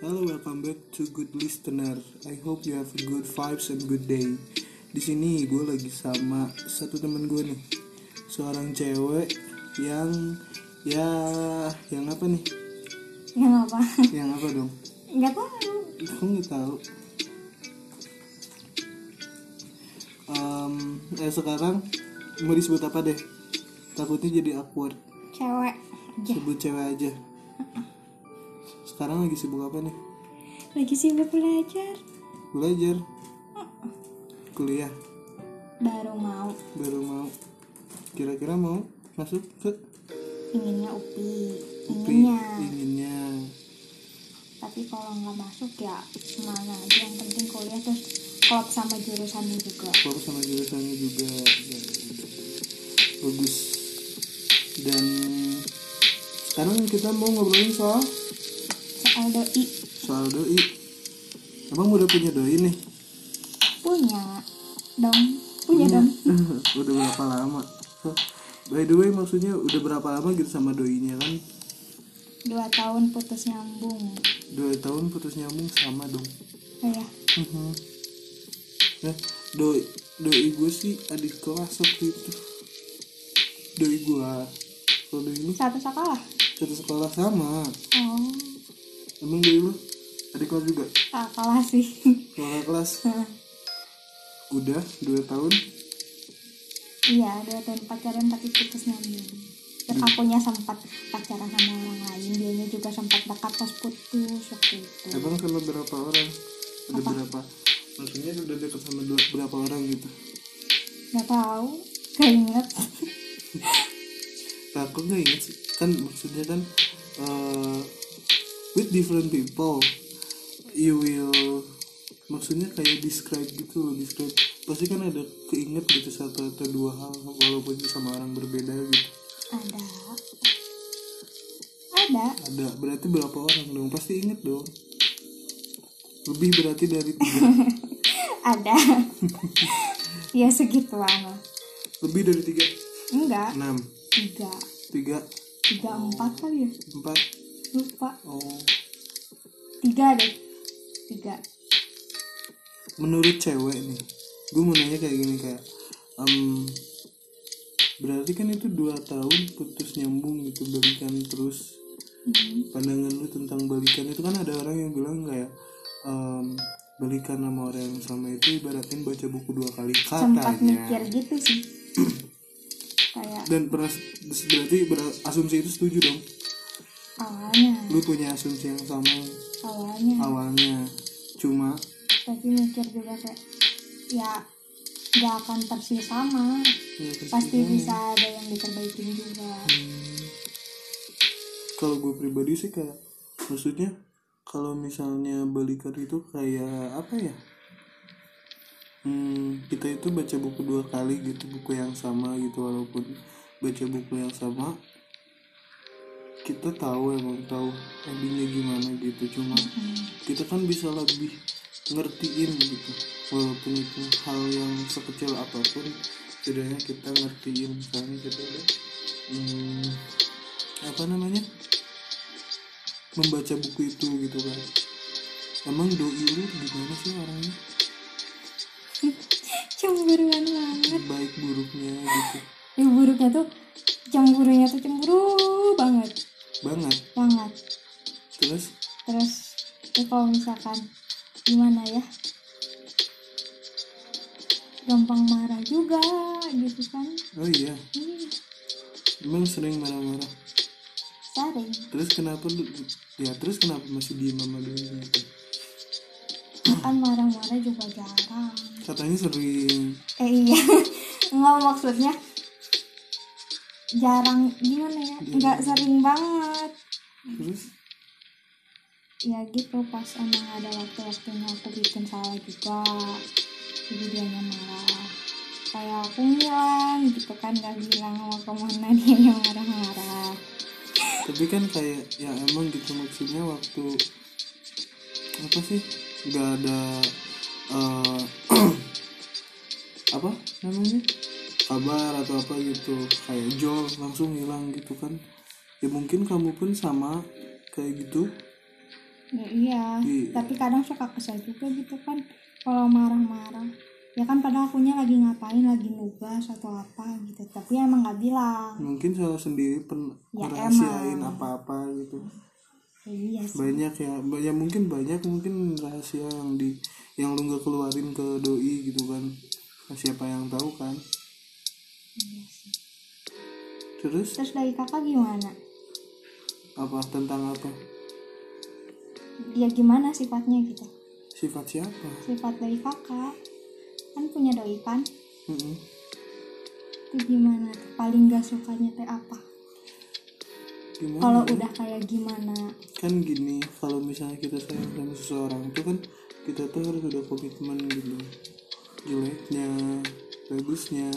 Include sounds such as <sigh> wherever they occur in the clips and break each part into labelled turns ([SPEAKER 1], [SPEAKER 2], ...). [SPEAKER 1] Hello, welcome back to Good Listener. I hope you have good vibes and good day. Di sini gue lagi sama satu temen gue nih, seorang cewek yang ya yang apa nih?
[SPEAKER 2] Ya nggak apa.
[SPEAKER 1] Yang apa dong?
[SPEAKER 2] <laughs> Nggak tahu.
[SPEAKER 1] Aku nggak tahu. Em, eh sekarang mau disebut apa deh? Takutnya jadi awkward.
[SPEAKER 2] Cewek aja.
[SPEAKER 1] Sebut cewek aja. Sekarang lagi sibuk apa nih?
[SPEAKER 2] Lagi sibuk belajar.
[SPEAKER 1] Belajar. Kuliah.
[SPEAKER 2] Baru mau.
[SPEAKER 1] baru mau kira-kira mau masuk ke
[SPEAKER 2] Inginnya upi.
[SPEAKER 1] UPI
[SPEAKER 2] Inginnya.
[SPEAKER 1] inginnya
[SPEAKER 2] Tapi kalau nggak masuk ya mana aja. Yang penting kuliah terus klop sama jurusannya juga.
[SPEAKER 1] kalau sama jurusannya juga ya, udah. bagus dan sekarang kita mau ngobrolin soal
[SPEAKER 2] Soal doi
[SPEAKER 1] soal doi emang udah punya doi nih
[SPEAKER 2] punya dong. Punya dong.
[SPEAKER 1] udah berapa lama So, by the way maksudnya udah berapa lama gitu sama doinya kan
[SPEAKER 2] Dua tahun putus nyambung.
[SPEAKER 1] dua tahun putus nyambung sama dong
[SPEAKER 2] Oh ya.
[SPEAKER 1] Mhm. Nah, doi, doi gue sih adik kelas waktu itu. Doi gue, kalau doi ini
[SPEAKER 2] Satu sekolah.
[SPEAKER 1] satu sekolah sama.
[SPEAKER 2] Oh.
[SPEAKER 1] Emang doi lu adik kelas juga?
[SPEAKER 2] Sekolah sih. <laughs>
[SPEAKER 1] Sekolah kelas udah 2 tahun.
[SPEAKER 2] Iya, dua tahun pacaran tapi putus nyambung. Terus akunya sempat pacaran sama orang lain, dianya juga sempat dekat pas putus waktu itu.
[SPEAKER 1] Emang sama berapa orang? Ada
[SPEAKER 2] Iya. Apa?
[SPEAKER 1] berapa? Maksudnya udah deket sama dua- berapa orang gitu?
[SPEAKER 2] Gak tahu, gak inget.
[SPEAKER 1] Nah, aku nggak inget sih. Kan maksudnya kan eh, with different people you will maksudnya kayak describe gitu loh describe pasti kan ada keinget gitu satu atau dua hal walaupun itu sama orang berbeda gitu
[SPEAKER 2] Ada, ada
[SPEAKER 1] ada berarti berapa orang dong pasti inget dong lebih berarti dari tiga
[SPEAKER 2] ada ya segituan lah
[SPEAKER 1] lebih dari tiga
[SPEAKER 2] enggak
[SPEAKER 1] enam
[SPEAKER 2] tiga
[SPEAKER 1] tiga
[SPEAKER 2] tiga empat kali ya
[SPEAKER 1] empat
[SPEAKER 2] lupa
[SPEAKER 1] oh
[SPEAKER 2] tiga deh tiga
[SPEAKER 1] menurut cewek nih gue mau nanya kayak gini kayak em, berarti kan itu dua tahun putus nyambung gitu balikan terus
[SPEAKER 2] Hmm,
[SPEAKER 1] pandangan lu tentang balikan itu kan ada orang yang bilang kayak em, balikan sama orang yang sama itu ibaratin baca buku dua kali
[SPEAKER 2] sempat
[SPEAKER 1] katanya
[SPEAKER 2] mikir gitu sih kayak
[SPEAKER 1] dan pernah berarti berasumsi itu setuju dong
[SPEAKER 2] awalnya
[SPEAKER 1] lu punya asumsi yang sama
[SPEAKER 2] awalnya
[SPEAKER 1] awalnya cuma
[SPEAKER 2] tapi mikir juga kayak ya nggak akan persis sama
[SPEAKER 1] ya, terus
[SPEAKER 2] pasti
[SPEAKER 1] gimana?
[SPEAKER 2] bisa ada yang diperbaikin juga
[SPEAKER 1] kalau gue pribadi sih kayak maksudnya kalau misalnya balikan itu kayak apa ya hmm, kita itu baca buku dua kali gitu buku yang sama gitu walaupun baca buku yang sama kita tahu emang tahu endingnya gimana gitu cuma
[SPEAKER 2] Hmm.
[SPEAKER 1] kita kan bisa lebih ngertiin gitu walaupun itu hal yang sekecil apapun setidaknya kita ngertiin misalnya kita ada hmm, apa namanya membaca buku itu gitu kan emang doi lu gimana sih orangnya
[SPEAKER 2] cemburuan banget
[SPEAKER 1] baik buruknya gitu
[SPEAKER 2] ya buruknya tuh cemburunya tuh cemburu banget
[SPEAKER 1] banget
[SPEAKER 2] banget
[SPEAKER 1] terus
[SPEAKER 2] terus ya kalau misalkan gimana ya gampang marah juga gitu kan
[SPEAKER 1] oh iya
[SPEAKER 2] Ih,
[SPEAKER 1] emang sering marah-marah
[SPEAKER 2] sering
[SPEAKER 1] terus kenapa lu ya terus kenapa masih diem sama doi gitu
[SPEAKER 2] kan marah-marah juga jarang
[SPEAKER 1] katanya sering
[SPEAKER 2] Eh iya, <laughs> nggak maksudnya jarang gimana ya, nggak sering banget.
[SPEAKER 1] terus
[SPEAKER 2] Ya gitu pas emang ada waktu-waktunya aku bikin salah juga, jadi dia marah. Kayak aku bilang gitu kan nggak bilang mau kemana <laughs> dia yang marah-marah.
[SPEAKER 1] tapi kan kayak ya emang gitu maksudnya waktu apa sih nggak ada eh, <clears throat> apa namanya kabar atau apa gitu kayak jol langsung hilang gitu kan ya mungkin kamu pun sama kayak gitu
[SPEAKER 2] Ya, iya
[SPEAKER 1] Iya.
[SPEAKER 2] tapi kadang suka kesel juga gitu kan kalau marah-marah ya kan padahal akunya lagi ngapain lagi nugas atau apa gitu tapi emang nggak bilang
[SPEAKER 1] mungkin salah sendiri pen
[SPEAKER 2] Ya,
[SPEAKER 1] ngerahasiain
[SPEAKER 2] emang.
[SPEAKER 1] apa-apa gitu
[SPEAKER 2] Ya, iya sih
[SPEAKER 1] banyak ya banyak mungkin banyak mungkin rahasia yang di yang lu nggak keluarin ke doi gitu kan siapa yang tahu kan
[SPEAKER 2] Iya sih.
[SPEAKER 1] terus
[SPEAKER 2] terus dari kakak gimana
[SPEAKER 1] apa tentang apa
[SPEAKER 2] ya gimana sifatnya gitu
[SPEAKER 1] sifat siapa
[SPEAKER 2] sifat dari kakak kan punya doi kan
[SPEAKER 1] Mm-mm.
[SPEAKER 2] itu gimana tuh? paling gak sukanya teh apa
[SPEAKER 1] gimana
[SPEAKER 2] kalau
[SPEAKER 1] ya?
[SPEAKER 2] udah kayak gimana
[SPEAKER 1] kan gini kalau misalnya kita sayang sama seseorang tuh kan kita tuh harus ada komitmen gitu jeleknya bagusnya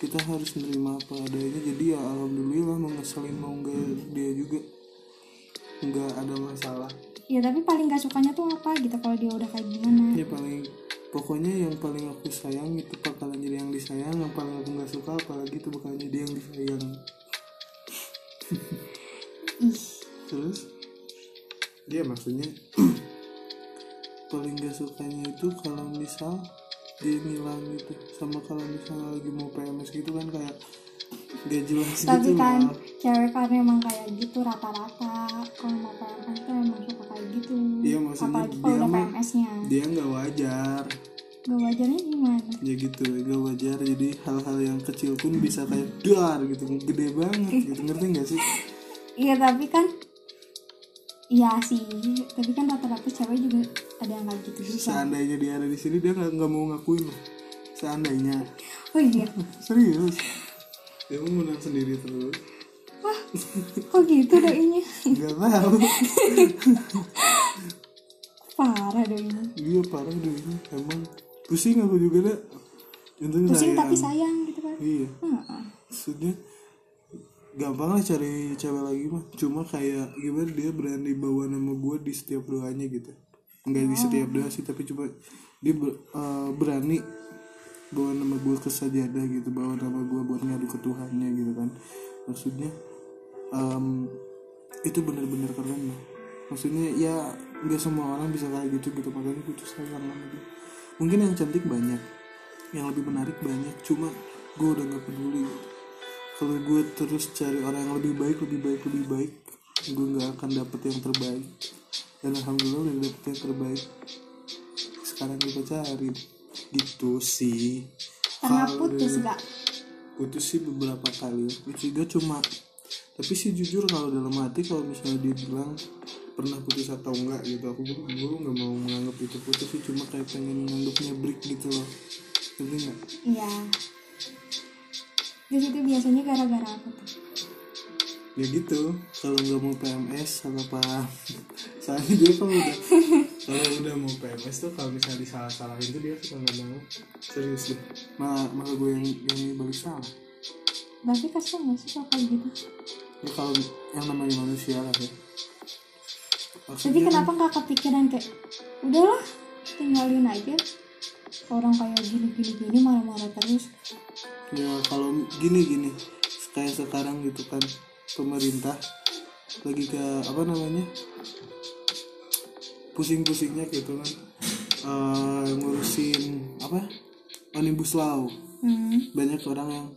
[SPEAKER 1] kita harus menerima apa adanya jadi ya alhamdulillah mau ngeselin mau enggak dia juga nggak ada masalah
[SPEAKER 2] ya tapi paling gak sukanya tuh apa gitu kalau dia udah kayak gimana
[SPEAKER 1] ya paling pokoknya yang paling aku sayang itu bakalan jadi yang disayang yang paling aku nggak suka apalagi itu bakalan jadi yang disayang
[SPEAKER 2] ih
[SPEAKER 1] terus dia maksudnya <clears throat> paling gak sukanya itu kalau misal dia ngilang gitu sama kalau misalnya lagi mau PMS gitu kan kayak gak jelas gitu
[SPEAKER 2] tapi kan
[SPEAKER 1] Mal.
[SPEAKER 2] cewek kan emang kayak gitu rata-rata kalau mau PMS tuh emang suka kayak gitu
[SPEAKER 1] Iya, maksudnya
[SPEAKER 2] apalagi kalau
[SPEAKER 1] dia
[SPEAKER 2] udah
[SPEAKER 1] mah-
[SPEAKER 2] PMS-nya
[SPEAKER 1] dia nggak wajar
[SPEAKER 2] gak wajarnya gimana
[SPEAKER 1] ya gitu nggak wajar jadi hal-hal yang kecil pun bisa kayak duar gitu gede banget gitu ngerti nggak sih
[SPEAKER 2] iya tapi kan iya sih tapi kan rata-rata cewek juga ada yang kayak gitu juga
[SPEAKER 1] seandainya dia ada di sini dia nggak nggak mau ngakuin loh seandainya
[SPEAKER 2] oh iya
[SPEAKER 1] serius dia mau menang sendiri terus
[SPEAKER 2] kok gitu doinya
[SPEAKER 1] nggak tahu
[SPEAKER 2] parah doinya
[SPEAKER 1] Iya parah doinya emang pusing aku juga dah. Untungnya
[SPEAKER 2] pusing
[SPEAKER 1] sayang.
[SPEAKER 2] tapi sayang gitu kan
[SPEAKER 1] Iya,
[SPEAKER 2] Heeh.
[SPEAKER 1] maksudnya gampang lah cari cewek lagi mah. Cuma kayak gimana dia berani bawa nama gue di setiap doanya gitu. Enggak di setiap doa sih tapi cuma dia ber- eh, berani bawa nama gue ke sajadah gitu, bawa nama gue buat ngadu ke Tuhannya gitu kan. Maksudnya em, itu bener-bener keren lah maksudnya ya nggak semua orang bisa kayak gitu gitu makanya gue tuh sayang sama dia mungkin yang cantik banyak yang lebih menarik banyak cuma gue udah nggak peduli gitu. kalau gue terus cari orang yang lebih baik lebih baik lebih baik gue nggak akan dapet yang terbaik dan alhamdulillah udah dapet yang terbaik sekarang kita cari gitu sih
[SPEAKER 2] karena
[SPEAKER 1] Kalau-
[SPEAKER 2] putus gak
[SPEAKER 1] putus sih beberapa kali putus juga cuma tapi sih jujur kalau dalam hati kalau misalnya dia bilang pernah putus atau enggak gitu aku gue nggak mau menganggap itu putus sih cuma kayak pengen menganggapnya break gitu loh tapi enggak
[SPEAKER 2] iya terus itu biasanya gara-gara apa tuh
[SPEAKER 1] ya gitu kalau nggak mau PMS sama apa <laughs> soalnya dia kalau udah kalau udah mau PMS tuh kalau misalnya disalah-salahin tuh dia suka nggak mau serius deh malah malah gue yang yang balik salah
[SPEAKER 2] tapi kesel gak sih kalau kayak gitu
[SPEAKER 1] ya kalau yang namanya manusia lah ya
[SPEAKER 2] Tapi
[SPEAKER 1] Maksudnya kan-
[SPEAKER 2] kenapa nggak kepikiran kayak udahlah tinggalin aja orang kayak gini gini gini marah-marah terus
[SPEAKER 1] ya kalau gini gini kayak sekarang gitu kan pemerintah lagi ke apa namanya pusing-pusingnya gitu kan Eh, ngurusin apa omnibus law
[SPEAKER 2] hmm.
[SPEAKER 1] banyak orang yang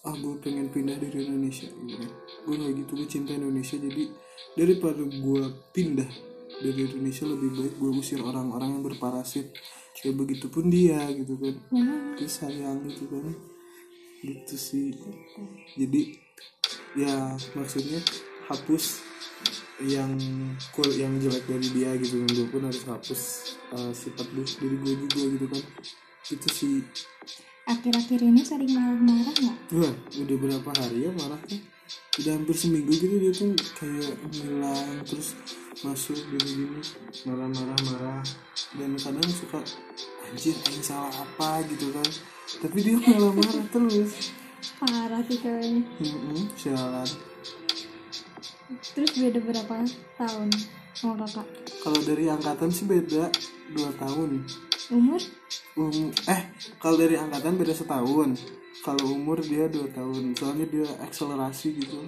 [SPEAKER 1] ah gue pengen pindah dari Indonesia gitu kan. gue nggak gitu gue cinta Indonesia jadi daripada gue pindah dari Indonesia lebih baik gue usir orang-orang yang berparasit ya begitupun dia gitu kan
[SPEAKER 2] Wah,
[SPEAKER 1] Terus sayang gitu kan gitu sih jadi ya maksudnya hapus yang cool yang jelek dari dia gitu kan gue pun harus hapus uh, sifat buruk dari gue juga gitu kan itu sih
[SPEAKER 2] akhir-akhir ini sering marah-marah nggak
[SPEAKER 1] wah udah berapa hari ya marahnya udah hampir seminggu gitu dia tuh kayak ngilang terus masuk gini-gini marah-marah marah dan kadang suka anjir yang salah apa gitu kan tapi dia malah marah terus
[SPEAKER 2] parah sih ceweknya
[SPEAKER 1] Mm-mm, sialan.
[SPEAKER 2] terus beda berapa tahun sama kakak
[SPEAKER 1] Kalau dari angkatan sih beda 2 tahun.
[SPEAKER 2] umur
[SPEAKER 1] Um, eh, kalau dari angkatan beda setahun. Kalau umur dia 2 tahun. Soalnya dia akselerasi gitu.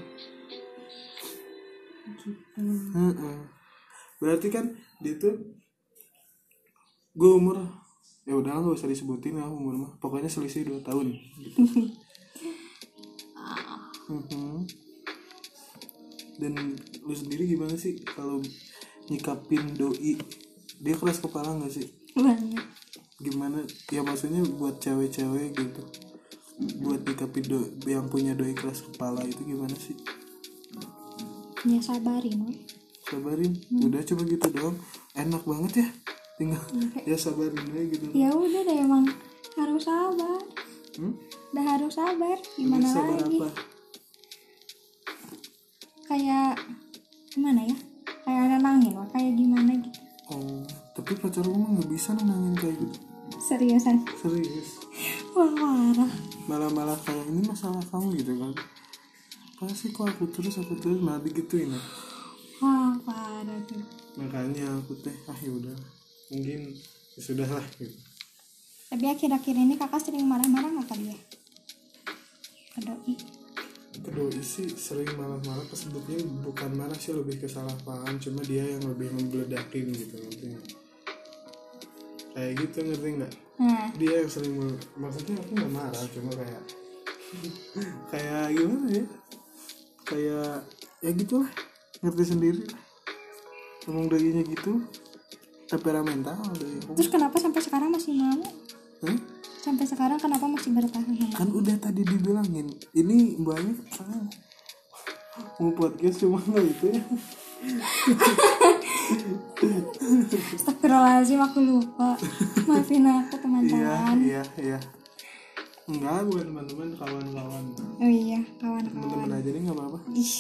[SPEAKER 2] gitu
[SPEAKER 1] Heeh. berarti kan dia tuh gue umur ya udah nggak usah disebutin lah umur mah pokoknya selisih 2 tahun gitu. Mhm. dan lu sendiri gimana sih kalau nyikapin doi dia keras kepala nggak sih
[SPEAKER 2] banget
[SPEAKER 1] gimana ya maksudnya buat cewek-cewek gitu buat nyikapin doi yang punya doi keras kepala itu gimana sih
[SPEAKER 2] ya sabarin weh.
[SPEAKER 1] sabarin udah coba gitu doang enak banget ya tinggal ya sabarin aja gitu
[SPEAKER 2] ya udah deh emang harus sabar
[SPEAKER 1] Hmm?
[SPEAKER 2] udah harus sabar gimana
[SPEAKER 1] sabar
[SPEAKER 2] lagi
[SPEAKER 1] apa
[SPEAKER 2] kayak gimana ya kayak nenangin lah kayak gimana gitu
[SPEAKER 1] oh tapi pacar lu mah nggak bisa nenangin kayak gitu
[SPEAKER 2] seriusan
[SPEAKER 1] serius
[SPEAKER 2] wah marah
[SPEAKER 1] malah-malah kayak ini masalah kamu gitu kan pasti kok aku terus aku terus malah digituin ya
[SPEAKER 2] wah parah tuh
[SPEAKER 1] makanya aku teh ah yaudah mungkin ya sudah lah gitu
[SPEAKER 2] tapi akhir-akhir ini kakak sering marah-marah nggak ke dia ke doi
[SPEAKER 1] kedua isi sering marah-marah tersebutnya bukan marah sih lebih kesalah paham cuma dia yang lebih membeledakin gitu ngerti nggak? kayak gitu ngerti nggak
[SPEAKER 2] nah
[SPEAKER 1] dia yang sering mel- maksudnya aku nggak marah cuma kayak <laughs> kayak gimana ya kayak ya gitulah ngerti sendiri ngomong doinya gitu temperamental doi aku.
[SPEAKER 2] terus kenapa sampai sekarang masih mau
[SPEAKER 1] Hah?
[SPEAKER 2] sampai sekarang kenapa masih bertahan sama
[SPEAKER 1] kan udah tadi dibilangin ini mbaknya katanya mau podcast cuma nggak itu ya
[SPEAKER 2] Astagfirullahaladzim aku
[SPEAKER 1] <laughs>
[SPEAKER 2] lupa maafin aku
[SPEAKER 1] iya
[SPEAKER 2] teman-teman
[SPEAKER 1] iya iya enggak bukan teman-teman kawan-kawan
[SPEAKER 2] oh iya kawan-kawan
[SPEAKER 1] teman-teman aja nih nggak apa-apa
[SPEAKER 2] ih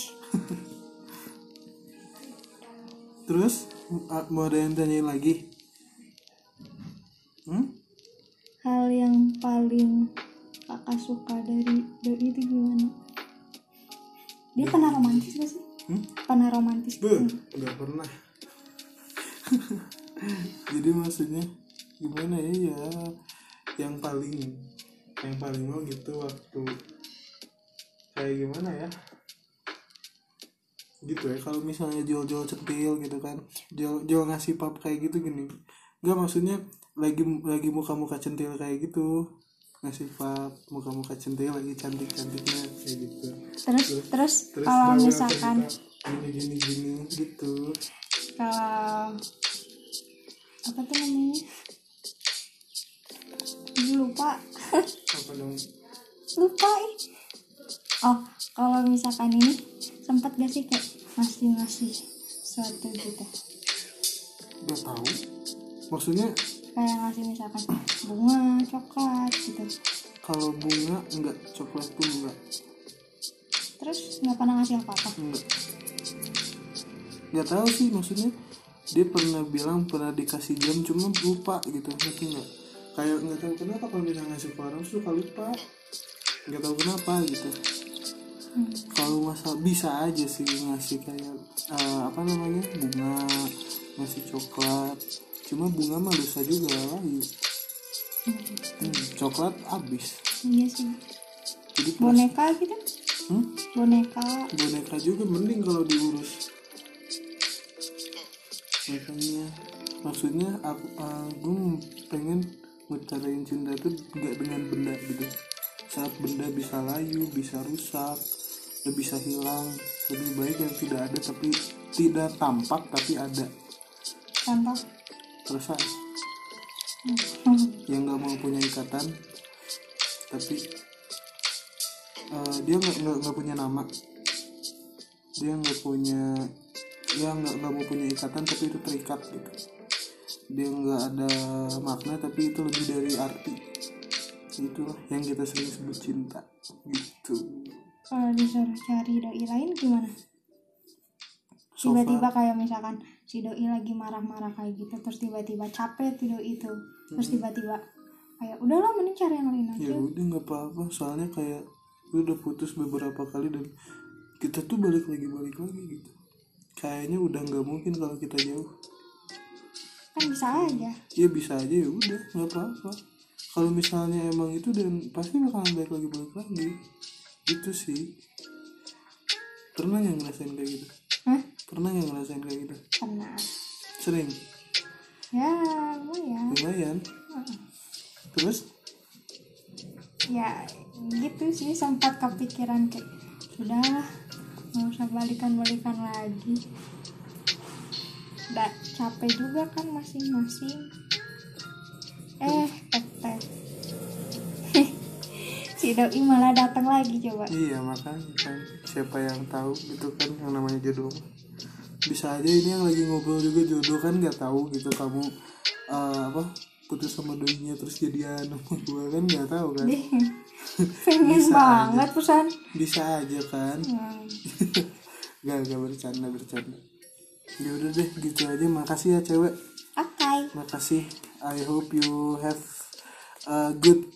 [SPEAKER 1] terus a- mau ada yang tanyain lagi hmm?
[SPEAKER 2] hal yang paling kakak suka dari doi itu gimana dia pernah romantis gak sih
[SPEAKER 1] Hmm?
[SPEAKER 2] pernah romantis
[SPEAKER 1] Beuh,
[SPEAKER 2] gitu
[SPEAKER 1] nggak pernah <laughs> jadi maksudnya gimana ya ya yang paling yang paling mau gitu waktu kayak gimana ya gitu ya kalau misalnya jual-jual centil gitu kan jual jual ngasih pap kayak gitu gini nggak maksudnya lagi lagi muka-muka centil kayak gitu ngasih pap muka-muka centil lagi cantik-cantiknya kayak gitu
[SPEAKER 2] terus terus
[SPEAKER 1] terus
[SPEAKER 2] kalau
[SPEAKER 1] bawel
[SPEAKER 2] misalkan
[SPEAKER 1] cerita gini gini gini gitu
[SPEAKER 2] kalau apa tuh namanya Aduh, lupa <laughs>
[SPEAKER 1] apa dong
[SPEAKER 2] lupa ih. oh kalau misalkan ini sempat gak sih kayak ngasih ngasih suatu gitu
[SPEAKER 1] nggak tahu maksudnya
[SPEAKER 2] kayak ngasih misalkan bunga coklat gitu
[SPEAKER 1] kalau bunga enggak coklat pun enggak
[SPEAKER 2] terus nggak pernah ngasih apa apa
[SPEAKER 1] enggak nggak tahu sih maksudnya dia pernah bilang pernah dikasih jam cuma lupa gitu ngerti nggak kayak nggak tahu kenapa kalau misalnya ngasih ke orang suka lupa nggak tahu kenapa gitu
[SPEAKER 2] Hmm.
[SPEAKER 1] kalau masa bisa aja sih ngasih kayak eh, apa namanya bunga ngasih coklat cuma bunga mah lusa juga lagi hmm, coklat habis
[SPEAKER 2] iya sih
[SPEAKER 1] jadi plastik.
[SPEAKER 2] boneka gitu
[SPEAKER 1] Hmm?
[SPEAKER 2] boneka
[SPEAKER 1] boneka juga mending kalau diurus makanya maksudnya aku eh, gue pengen ngutarain cinta tuh nggak dengan benda gitu saat benda bisa layu bisa rusak ya bisa hilang lebih baik yang tidak ada tapi tidak tampak tapi ada
[SPEAKER 2] contoh
[SPEAKER 1] perasaan
[SPEAKER 2] Hmm.
[SPEAKER 1] yang nggak mau punya ikatan tapi eh, dia nggak nggak nggak punya nama dia nggak punya dia nggak nggak mau punya ikatan tapi itu terikat gitu dia nggak ada makna tapi itu lebih dari arti itulah yang kita sering sebut cinta gitu
[SPEAKER 2] kalau disuruh cari doi lain gimana
[SPEAKER 1] So far-
[SPEAKER 2] tiba-tiba kayak misalkan si doi lagi marah-marah kayak gitu terus tiba-tiba capek tuh doi itu terus tiba-tiba kayak udahlah mending cari yang lain aja
[SPEAKER 1] ya udah nggak apa-apa soalnya kayak lu udah putus beberapa kali dan kita tuh balik lagi balik lagi gitu kayaknya udah nggak mungkin kalau kita jauh
[SPEAKER 2] kan bisa aja
[SPEAKER 1] ya bisa aja ya udah nggak apa-apa kalau misalnya emang itu dan pasti bakalan balik lagi balik lagi gitu sih pernah nggak ngerasain kayak gitu
[SPEAKER 2] Hah?
[SPEAKER 1] pernah nggak ngerasain kayak gitu
[SPEAKER 2] pernah
[SPEAKER 1] sering
[SPEAKER 2] ya lumayan
[SPEAKER 1] lumayan terus
[SPEAKER 2] ya gitu sih sempat kepikiran kayak udahlah nggak usah balikan balikan lagi udah capek juga kan masing-masing eh tek tek <laughs> si doi malah datang lagi coba
[SPEAKER 1] iya makanya kan siapa yang tahu gitu kan yang namanya jodoh mah. bisa aja ini yang lagi ngobrol juga jodoh kan nggak tahu gitu kamu eh, apa putus sama doinya terus jadian sama gua kan nggak tahu kan
[SPEAKER 2] deh pengen
[SPEAKER 1] Bisa
[SPEAKER 2] banget pesan
[SPEAKER 1] bisa aja kan
[SPEAKER 2] Hmm,
[SPEAKER 1] gak gak bercanda bercanda ya udah deh gitu aja makasih ya cewek
[SPEAKER 2] oke
[SPEAKER 1] makasih I hope you have a good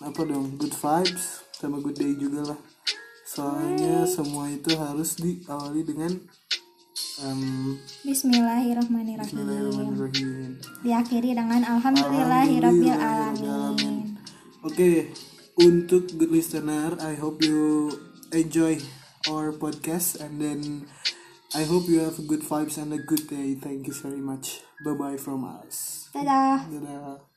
[SPEAKER 1] apa dong good vibes sama good day juga lah soalnya semua itu harus diawali dengan em,
[SPEAKER 2] Bismillahirrahmanirrahim
[SPEAKER 1] Bismillahirrahmanirrahim
[SPEAKER 2] diakhiri dengan Alhamdulillahirabbil alamin
[SPEAKER 1] Oke, untuk good listener, I hope you enjoy our podcast and then I hope you have good vibes and a good day. Thank you very much. Bye bye from us.
[SPEAKER 2] dadah
[SPEAKER 1] Dadah.